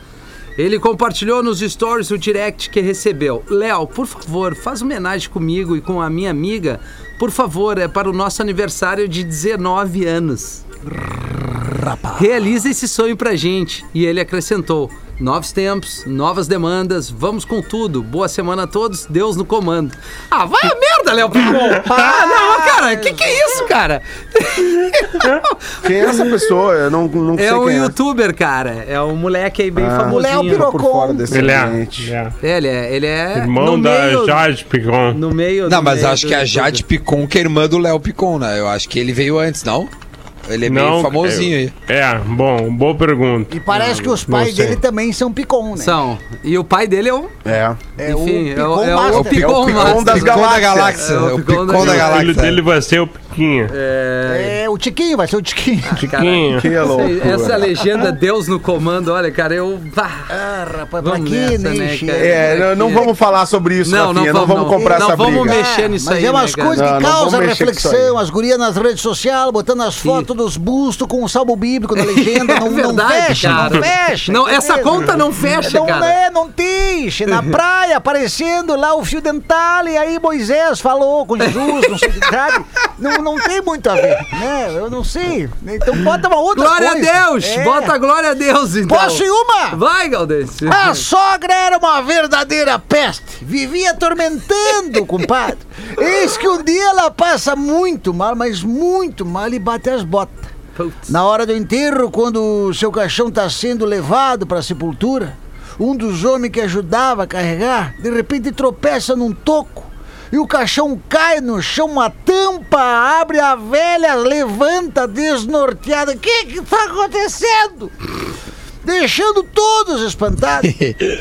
Ele compartilhou nos stories o direct que recebeu. Léo, por favor, faz homenagem comigo e com a minha amiga. Por favor, é para o nosso aniversário de 19 anos. rapaz. Realiza esse sonho pra gente. E ele acrescentou: novos tempos, novas demandas, vamos com tudo. Boa semana a todos, Deus no comando. Ah, vai a merda, Léo Picon! Ah, não, mas, cara, que que é isso, cara? Quem é essa pessoa? Eu não, não sei É um quem youtuber, cara. É um moleque aí bem Ah. Léo famosinho. é. Tô por fora Pirocon. desse Ele é. ambiente. ele é. É, Ele é, ele é Irmão no da meio, Jade Picon. No meio Não, no mas meio acho do que a youtuber. Jade Picon que é irmã do Léo Picon, né? Eu acho que ele veio antes, não? Ele é meio famosinho aí. eu- É, bom, boa pergunta. E parece que os não pais sei. dele também são Picon, né? São. E o pai dele é o. É. É enfim, é o, Picon é o Master. É o Picon Picon Master. das das Galáxias. da Galáxia. É, o É Picon o da Picon da O filho dele Galáxia. vai ser o Piquinha. É, o Tiquinho, vai ser o Tiquinho. Piquinha. Que loucura. Essa legenda Deus no comando, olha, cara, eu. bah, Ah, rapaz, pra Vamos que nessa, nem né, chega. cara? É, não, não vamos falar sobre isso, Não, não Rafinha. Não, vamos, vamos não. comprar Não essa vamos briga. mexer. mexendo nisso mas aí, é umas né, cara? coisas Não, que não vamos causam mexer com isso reflexão. As gurias nas redes sociais, botando as fotos dos bustos com o salmo bíblico na legenda. Não, É verdade, não fecha, cara. não fecha. Não, essa entendeu? conta não fecha, não cara. Uhum. é, não deixa. Na praia, aparecendo lá o fio dental, e aí Moisés falou com Jesus, não sei, sabe? Não, não tem muito a ver, né? Eu não sei. Então bota uma outra Glória coisa. a Deus! É. Bota glória a Deus, então. Posso ir uma? Vai, Galdense. A sogra era uma verdadeira peste. Vivia atormentando o compadre. Eis que um dia ela passa muito mal, mas muito mal e bate as botas. Putz. Na hora do enterro, quando o seu caixão está sendo levado para a sepultura, um dos homens que ajudava a carregar, de repente tropeça num toco. E o caixão cai no chão, uma tampa abre, a velha levanta desnorteada. O que que tá acontecendo? Deixando todos espantados.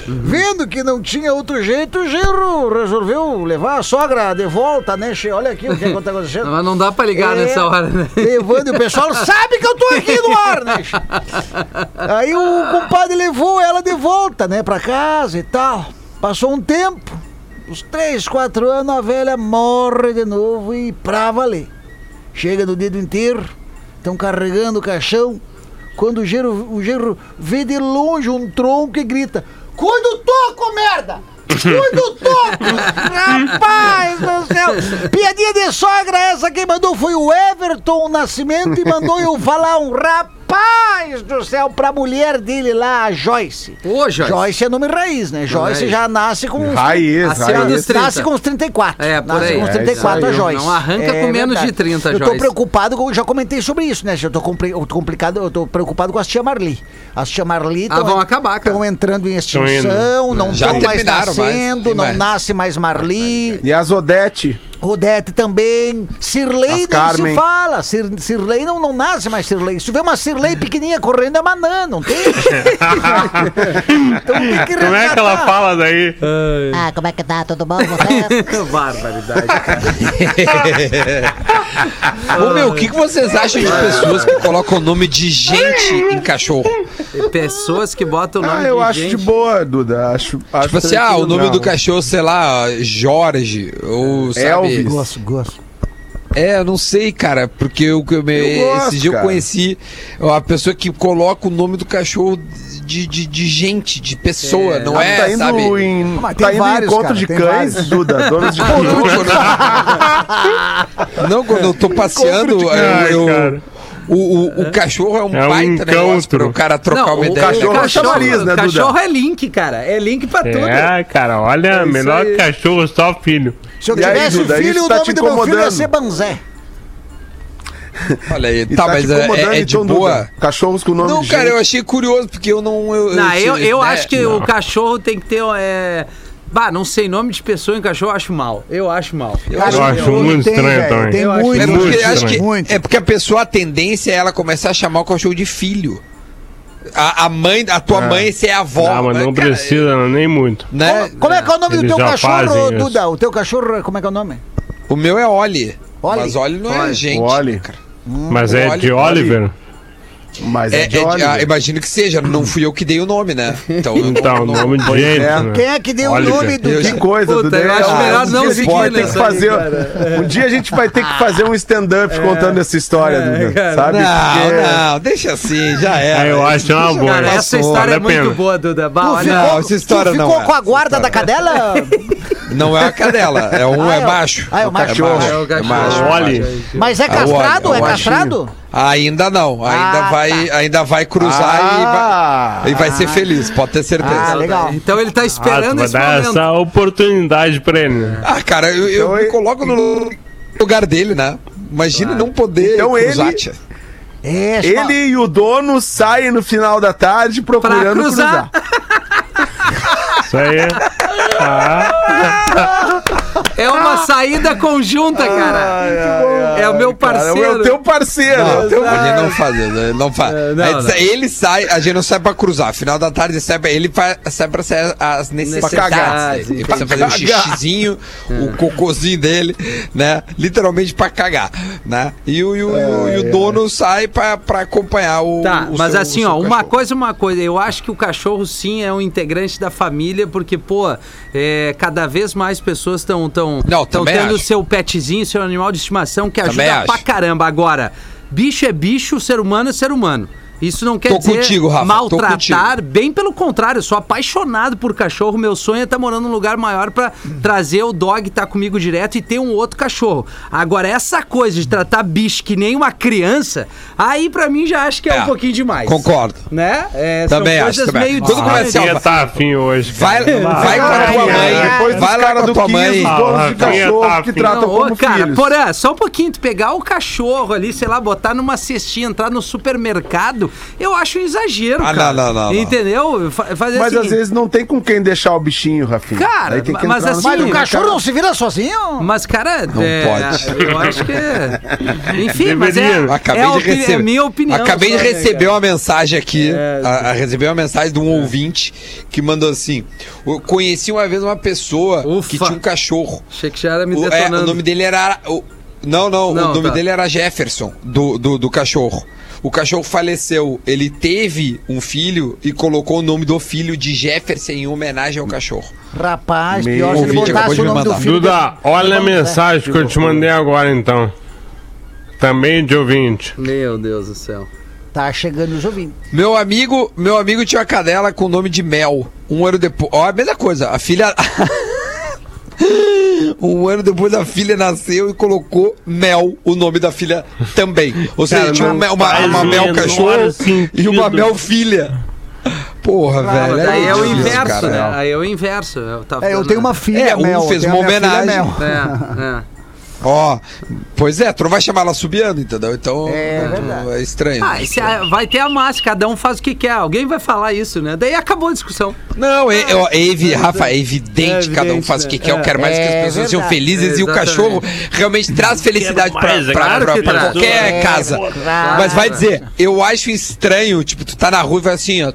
Vendo que não tinha outro jeito, o genro resolveu levar a sogra de volta, né? che? Olha aqui o que está acontecendo. Mas não dá pra ligar É. nessa hora, né? Levando, e o pessoal sabe que eu tô aqui no ar, né? Aí o compadre levou ela de volta, né, pra casa e tal. Passou um tempo, uns três, quatro anos, a velha morre de novo e pra valer. Chega no dia do enterro, estão carregando o caixão. Quando o gerro, o gerro vê de longe um tronco e grita: Quando toco, merda! Quando toco! Rapaz do céu! Piadinha de sogra essa quem mandou foi o Everton Nascimento e mandou eu falar um rapaz do céu pra mulher dele lá, a Joyce. Ô, Joyce. Joyce é nome raiz, né? Joyce Raiz. já nasce com uns Raiz, Acima dos raiz. 30. Nasce com os 34. tá. É, por Nasce aí. com os É, 34 isso a aí. Joyce. Não arranca É com menos verdade. de 30, Eu tô Joyce. preocupado, com- já comentei sobre isso, né? Eu tô compli- eu tô complicado, eu tô preocupado com as tia Marli. As tia Marli Ah, vão acabar, cara. Estão entrando em Tão extinção, não Já estão mais terminaram, mas- nascendo, tem não mais. nasce mais Marli. E a Zodete? Odete também. Cirlei As nem se Carmen. fala. Cir, Cirlei não, não nasce mais Cirlei. Se tiver uma Cirlei pequenininha correndo, é manã, não tem? então tem que Como é que ela resgatar. fala daí? Ah, como é que tá? Tudo bom com vocês? Barbaridade. Ô meu, o que, que vocês acham de pessoas que colocam o nome de gente em cachorro? Pessoas que botam o nome Ah, eu de acho gente. de boa, Duda. Acho, acho Tipo assim, ah, o tranquilo, nome não. do cachorro, sei lá, Jorge, ou sabe... Elvis. Gosto, gosto. É, eu não sei, cara, porque eu, eu me, Eu gosto, esse dia cara. eu conheci uma pessoa que coloca o nome do cachorro de, de, de gente, de pessoa, É. não Tá, é, tá indo sabe? em, Mas tem tá indo em vários, encontro cara, de tem cães, vários. Duda. Donos de Não, cães. quando- não, quando eu tô passeando, eu, Ai, eu- cara. o, o, o cachorro é um É um baita negócio encontro. pra o cara trocar Não, uma o ideia. tá, cachorro- cara. chama Liz, né, Duda? cachorro é link, cara. É link pra tudo. É, cara, olha, isso melhor aí. cachorro, só filho. Se eu E aí, tivesse Duda, filho, isso o tá nome te do meu filho ia incomodando? ser Banzé. Olha aí, E tá, te mas é- incomodando, é, de então, boa. Duda. Cachorros com nome Não, de cara, gente. eu achei curioso, porque eu não. Eu, Não, eu, eu né? acho que o cachorro tem que ter. É... Bah, não sei nome de pessoa em cachorro, eu acho mal. Eu acho mal. Eu acho muito estranho velho, também. Tem Eu acho muito, É porque, Muito acho que, estranho. muito. é porque a pessoa, a tendência é ela começar a chamar o cachorro de filho. A, a mãe, a tua mãe, você é a avó. ah, mas não cara, precisa nem muito. Né? Como é que é o nome do Eles teu já cachorro, fazem isso. Duda? O teu cachorro, como é que é o nome? O meu é Oli. Oli? Mas Oli não é Oli. gente. Oli. né, cara? Mas é Oli- de Oli- Oliver. Mas É, é, é de de- Oliver. ah, imagino que seja, não fui eu que dei o nome, né? Então, eu Então, não- nome de Pois gente. é. né? Quem é que deu Oliver. o nome do... Eu Que coisa, Puta, Duda. eu acho melhor um não dia a gente seguir vai ter nessa que fazer, aí, cara. Um dia a gente vai ter que fazer um stand-up contando essa história, Duda. cara. Sabe? Não, Porque- é. não, deixa assim, já era. Ah, eu acho uma boa. Cara, essa história Vale é a pena. muito boa, Duda. Bah, Tu olha. ficou- essa história tu não, ficou cara. com a guarda da cadela? Não é a cadela, é um Ah, é, é o- baixo. ah, é o macho. cachorro. É o É cachorro. macho. Olhe. Mas é Ah, o óleo, castrado? É o olhinho. castrado? Ainda não, ainda Ah, vai, ainda vai cruzar Ah. e vai, e vai ser feliz, pode ter certeza. Ah, Ah, legal. Então ele tá Ah, tu esperando vai esse dar momento. essa oportunidade pra ele. né? Ah, cara, eu, eu Então me ele- coloco no lugar dele, né? Imagina não poder Então cruzar, ele- tia. É, chama- Ele e o dono saem no final da tarde Pra procurando cruzar. cruzar. Isso aí. é Ah, É Ah, uma saída conjunta, cara. É o meu Cara, é o- é parceiro. o teu parceiro. é Não, então o teu- a gente não faz, né? não faz. É, não, Aí não. Ele sai, a gente não sai pra cruzar. Final da tarde sai pra, ele fa- sai pra ser as necessidades. Pra um cagar. dele. Ele precisa fazer o cagar. xixizinho, um o cocôzinho dele, né? Literalmente pra cagar, né? E o, e o, É, e o dono sai pra, pra acompanhar o. Tá, o mas seu- assim, o seu ó, uma cachorro. coisa, uma coisa. Eu acho que o cachorro sim é um integrante da família, porque, pô, é, cada vez mais pessoas estão tão, Não, tão também tendo acho. seu petzinho, seu animal de estimação, que Também ajuda acho. pra caramba. Agora, bicho é bicho, ser humano é ser humano. Isso não quer Tô dizer contigo, Rafa, tô maltratar, contigo. bem pelo contrário, eu sou apaixonado por cachorro. Meu sonho é estar morando num lugar maior pra trazer o dog estar comigo direto e ter um outro cachorro. Agora, essa coisa de tratar bicho que nem uma criança, aí pra mim já acho que é, É, um pouquinho demais. Concordo. né? É, Também acho, também. Tudo diferentes. comercial. Rafinha tá afim hoje. Vai, cara. vai com a tua Ai, mãe. depois dos Vai lá cara com a do tua 15, mãe. Ah, donos de Rafinha tá cachorro que afim. tratam Não, ô, como cara, filhos. porã, só um pouquinho, tu pegar o cachorro ali, sei lá, botar numa cestinha, entrar no supermercado, eu acho um exagero, Ah, cara. não, não, não, não. Entendeu? Fa- Fazer Mas assim, às vezes não tem com quem deixar o bichinho, Rafinha. Cara, Aí tem que mas entrar no assim, né, Mas o Sim, cachorro não se vira sozinho? Mas, cara, Não é, pode. eu acho que. é- Enfim, mas é, Deveria. Acabei é, de a opi- receber. é minha opinião. Acabei de só, né, receber cara? É, uma mensagem aqui. a, a receber uma mensagem de um ouvinte que mandou assim: Eu conheci uma vez uma pessoa Ufa. que tinha um cachorro. Achei que já era me O, é, detonando. o nome dele era. o- não, não, Não, o nome tá. dele era Jefferson, do, do, do cachorro. O cachorro faleceu. Ele teve um filho e colocou o nome do filho de Jefferson em homenagem ao Hum. cachorro. Rapaz, Meu pior se ele ouvinte acabou botasse de o me nome do mandar. filho. Duda, dele. olha a Vamos, né? mensagem que eu te mandei agora então. Também de ouvinte. Meu Deus do céu. Tá chegando os ouvintes. Meu amigo, meu amigo tinha uma cadela com o nome de Mel. Um ano depois. Ó, a mesma coisa, a filha. um ano depois a filha nasceu e colocou Mel, o nome da filha também. Ou seja, Cara, tinha não uma, uma, faz uma o Mel menor cachorro e sentido. uma Mel filha. Porra, Ah, velho. mas aí é o difícil, inverso, cara. né? Aí é o inverso. Eu, tava É, eu dando- tenho uma filha, É, um Mel. eu fez tenho uma a minha filha, homenagem. Mel. É, é. Ó, pois é, tu não vai chamar ela subiano, entendeu? Então É tu- verdade. é estranho. Ah, esse é- vai ter a massa, cada um faz o que quer. Alguém vai falar isso, né? Daí acabou a discussão. Não, é, é, ó, é evi- Rafa, é É evidente, cada um evidente, faz o né? que quer. Eu quero mais É que as pessoas sejam verdade. É, felizes e o exatamente. cachorro realmente traz felicidade pra, mais, é pra- claro pra- que pra traz. qualquer É, casa. Ah. Mas vai dizer, eu acho estranho, tipo, tu tá na rua e vai assim, ó.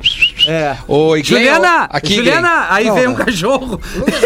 É. Oi, Glenn, Juliana, ó, aqui, Juliana, aí Não, vem não. um cachorro.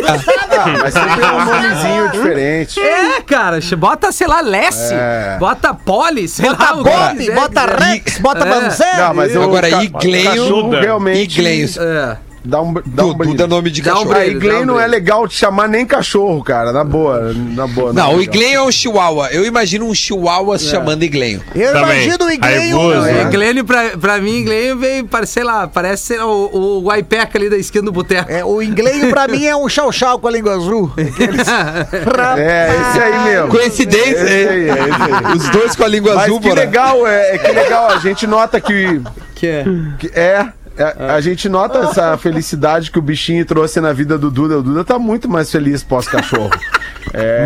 Ah, mas sempre é um nomezinho diferente. É, cara, bota, sei lá, Lessie, É. bota Polly, sei lá. o que Bob, quiser, bota quiser. Rex, bota É. Banzé. Não, mas eu, Agora, ca- Iglenho- cachorro Duda. Glenn. E realmente Glenn, É. dá um, dá um Dudu brilho. dá nome de Dá um cachorro. Ah, brilho. Iglenho não é brilho. legal te chamar nem cachorro, cara. Na boa, na boa. Não, o é legal. Iglenho é um chihuahua. Eu imagino um chihuahua chamando Iglenho. Eu Também. Tá imagino o Aí, Iglenho. Bozo. É, né? Glênio, pra, pra mim, Glênio veio, par- sei lá, parece ser o, o Guaipeca ali da esquina do boteco. É, o Iglenho pra mim é um chau-chau com a língua azul. É, esse aí mesmo. Coincidência, Esse aí, hein? é esse aí. Os dois com a língua Mas azul, que porra. legal, é, é que legal. A gente nota que, que é. que é. é, A gente nota essa felicidade que o bichinho trouxe na vida do Duda. O Duda tá muito mais feliz pós-cachorro.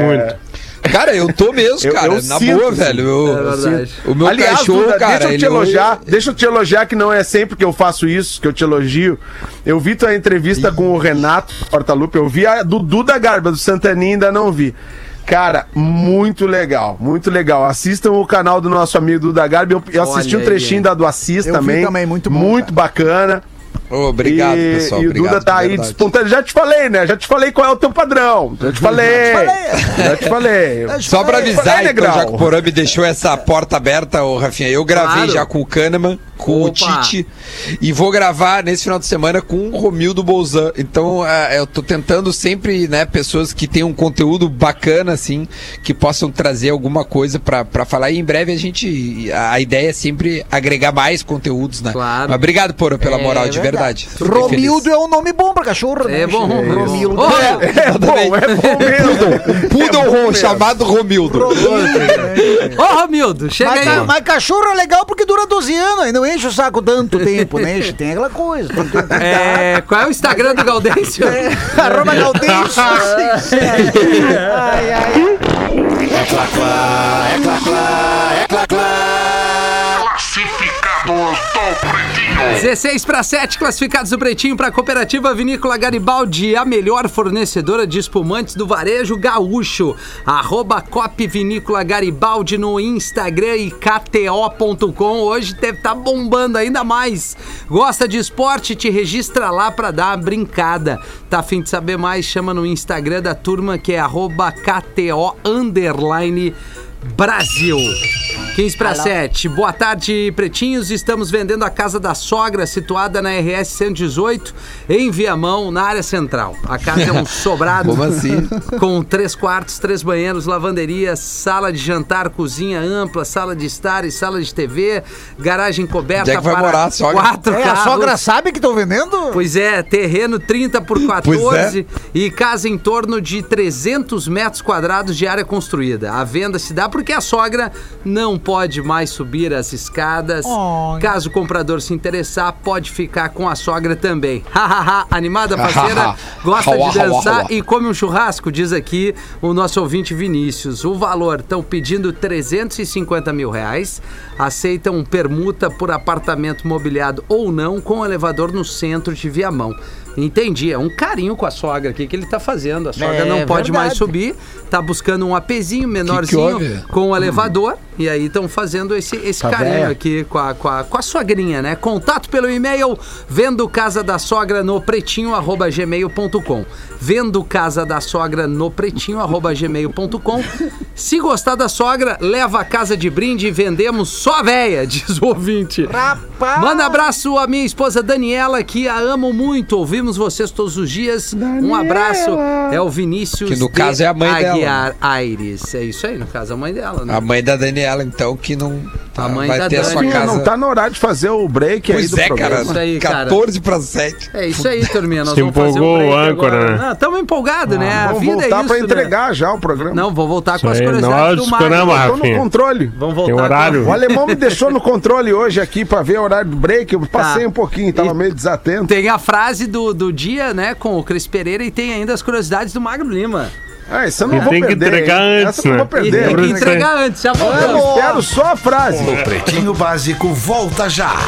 Muito. Cara, eu tô mesmo, Eu- cara. eu na sinto, boa, sim. velho. Eu- É verdade. O meu Aliás, cachorro, Duda, cara. deixa eu te ele- é um elogiar, deixa eu te elogiar que não é sempre que eu faço isso, que eu te elogio. Eu vi tua entrevista com o Renato Portaluppi, eu vi a do Duda Garba, do Santaninha, ainda não vi. Cara, muito legal, muito legal. Assistam o canal do nosso amigo Duda Garbi. Eu, eu assisti Olha um trechinho aí. da do Assis Eu vi também. também, muito bom, Muito bacana. Ô, obrigado, e, pessoal. E o obrigado, Duda tá de aí verdade. despontando. Já te falei, né? Já te falei qual é o teu padrão. Já te falei. Já te falei. Só pra avisar, Falei, então, É, Negrão. já que o Porã me deixou essa porta aberta, ô Rafinha, eu gravei Claro. já com o Kahneman, com Opa. o Tite, e vou gravar nesse final de semana com o Romildo Bolzan. Então, é, eu tô tentando sempre, né, pessoas que têm um conteúdo bacana, assim, que possam trazer alguma coisa pra, pra falar, e em breve a gente, a a ideia é sempre agregar mais conteúdos, né? Claro. Mas obrigado, Porã, pela É moral, de verdade, vontade. Fiquei Romildo feliz. é um nome bom pra cachorro, né? É bom, Romildo. Romildo. Romildo. Olha, É bom, é bom É mesmo. Poodle Ro- chamado Romildo. Ô, Romildo, chega Mas, ca- aí. mas cachorro é legal porque dura 12 anos, aí não enche o saco tanto tempo, né? Enche, tem aquela coisa. Tem que ter um cuidado. É, qual é o Instagram do Gaudêncio? É. Arroba Galdeixo. ai, ai. Classificados do Pretinho. 16 para 7, classificados do Pretinho para a Cooperativa Vinícola Garibaldi, a melhor fornecedora de espumantes do varejo gaúcho. Arroba Cop Vinícola Garibaldi no Instagram e KTO.com. Hoje deve estar bombando ainda mais. Gosta de esporte? Te registra lá para dar uma brincada. Tá afim de saber mais? Chama no Instagram da turma que é arroba KTO underline Brasil. 15 para 7. Boa tarde, pretinhos. Estamos vendendo a casa da sogra, situada na RS 118, em Viamão, na área central. A casa é um sobrado. Como assim? Com três quartos, três banheiros, lavanderia, sala de jantar, cozinha ampla, sala de estar e sala de TV, garagem coberta Onde é que vai morar a sogra? quatro É, a carros. sogra sabe que estão vendendo? Pois é, terreno 30 por 14 e casa em torno de 300 metros quadrados de área construída. A venda se dá porque a sogra não pode mais subir as escadas. Caso o comprador se interessar, pode ficar com a sogra também. Hahaha, animada parceira, gosta Hauá, de hauá, dançar hauá. e come um churrasco, diz aqui o nosso ouvinte Vinícius. O valor, estão pedindo 350 mil reais, aceitam permuta por apartamento mobiliado ou não, com elevador no centro de Viamão. Entendi, é um carinho com a sogra aqui que ele tá fazendo. A sogra É não verdade. pode mais subir, tá buscando um apezinho menorzinho houve? com o elevador. E aí estão fazendo esse, esse carinho velha? aqui com a, com, a, com a sogrinha, né? Contato pelo e-mail vendo casa da sogra no pretinho arroba gmail.com vendo casa da sogra no pretinho arroba gmail.com se gostar da sogra, leva a casa de brinde e vendemos só a véia, diz o ouvinte. Rapaz! Ah. Manda abraço à minha esposa Daniela, que a amo muito. Ouvimos vocês todos os dias. Um abraço. É o Vinícius Que no de caso é a mãe dela. Aguiar Aires. É isso aí, no caso, a mãe dela, né? A mãe da Daniela, então, que não A mãe vai da ter a sua Dani. Tinha, casa. Não tá no horário de fazer o break aí Pois do é, programa. cara. Isso aí, cara. 14 para 7. É isso aí, turminha. Nós Se vamos fazer empolgou um break o âncora, agora. né? Não, tamo empolgado, né? A Vamos vida voltar é isso, pra né? entregar já o programa. Não, vou voltar com as Isso aí, curiosidades nós do Mário. escolhemos, Tô no Rafinha. controle. Vamos voltar. Tem com- horário. O alemão me deixou no controle hoje aqui pra ver o horário do break. Eu passei Tá. um pouquinho, tava E- meio desatento. Tem a frase do, do dia, né, com o Cris Pereira e tem ainda as curiosidades do Magro Lima. Ah, isso eu não E vou tem que perder. entregar hein? antes, Essa eu não vou né? E perder. tem Lembra que disso aí? entregar antes, já Eu voltamos. espero só a frase. Pretinho Básico volta já.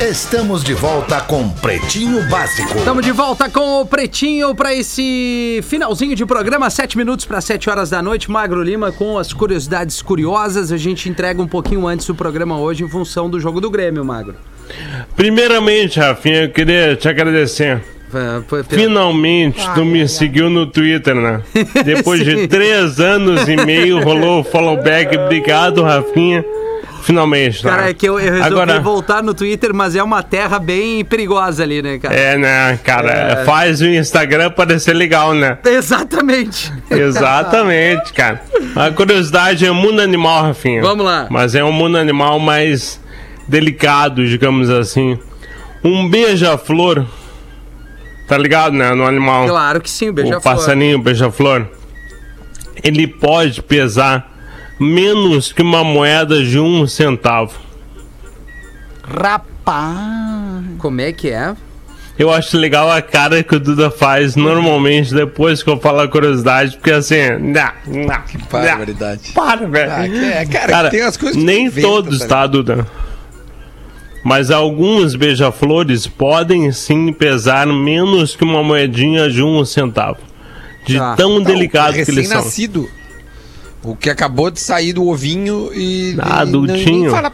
Estamos de volta com Pretinho Básico. Estamos de volta com o Pretinho para esse finalzinho de programa, 7 minutos para 7 horas da noite. Magro Lima com as curiosidades curiosas. A gente entrega um pouquinho antes o programa hoje em função do jogo do Grêmio, Magro. Primeiramente, Rafinha, eu queria te agradecer. É, foi- Finalmente, tu me seguiu no Twitter, né? Depois de três anos e meio, rolou o followback. Obrigado, Rafinha. Finalmente, tá? Cara, é que eu, eu resolvi Agora- voltar no Twitter, mas é uma terra bem perigosa ali, né, cara? É, né, cara? Faz o Instagram parecer legal, né? Exatamente. Exatamente, cara. A curiosidade é o mundo animal, Rafinha. Vamos lá. Mas é um mundo animal mais delicado, digamos assim. Um beija-flor. Tá ligado, né? No animal. Claro que sim, beija o passarinho beija-flor. Ele pode pesar menos que uma moeda de um centavo. Rapaz. Como é que é? Eu acho legal a cara que o Duda faz normalmente depois que eu falo a curiosidade, porque assim. Nah, nah, que barbaridade. Para, velho. Ah, que é, cara, Cara, tem umas coisas né? que nem inventa, todos, sabe? tá, Duda? Mas alguns beija-flores podem sim pesar menos que uma moedinha de um centavo. De Tá. tão delicado que eles são. Então, é recém-nascido. O que acabou de sair do ovinho e. Ah, e não- adultinho. nem fala-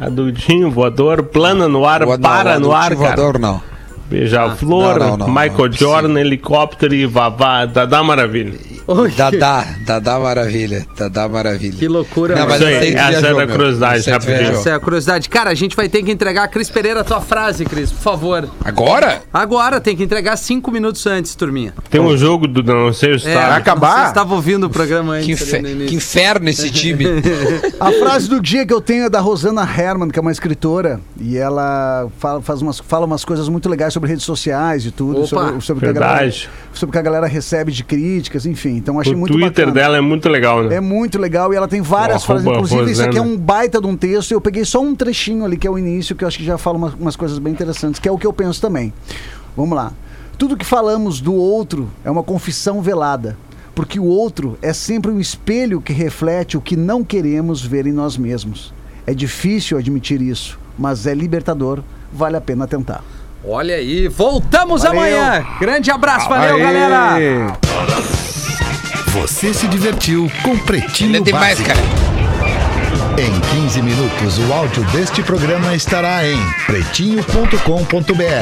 Ah, Adultinho, voador, plana no ar, Voa- não, para no adultinho ar, cara. voador, não. Beija-flor, Não, não, não, Michael não, é Jordan, helicóptero e vavá, Dada Maravilha. Oi. Dadá, Dadá Maravilha, Dadá Maravilha. Que loucura, Não, mas Isso aí, essa aí tu essa viajou, era a meu. curiosidade, Essa aí tu rapidinho. viajou. Essa é a curiosidade. Cara, a gente vai ter que entregar a Cris Pereira a tua frase, Cris, por favor. Agora? Agora tem que entregar cinco minutos antes, turminha. Tem Então, um jogo do não sei É, tá o vai estado. acabar? É, Você estava ouvindo o programa antes. Que, infer- ali no que início. inferno esse time. A frase do dia que eu tenho é da Rosana Herman, que é uma escritora, e ela fala, faz umas, fala umas coisas muito legais sobre redes sociais e tudo, Opa, sobre, sobre, o que a verdade. galera, sobre o que a galera recebe de críticas, enfim. Então achei O muito Twitter bacana. dela é muito legal, né? É muito legal e ela tem várias O frases. arroba Inclusive, isso aqui é Rosana. um baita de um texto. Eu peguei só um trechinho ali, que é o início, que eu acho que já fala umas, umas coisas bem interessantes, que é o que eu penso também. Vamos lá. Tudo que falamos do outro é uma confissão velada. Porque o outro é sempre um espelho que reflete o que não queremos ver em nós mesmos. É difícil admitir isso, mas é libertador. Vale a pena tentar. Olha aí, voltamos Valeu. amanhã. Grande abraço, valeu, Aê! galera. Você se divertiu com Pretinho Ainda tem mais, Básico. cara. Em 15 minutos, o áudio deste programa estará em pretinho.com.br.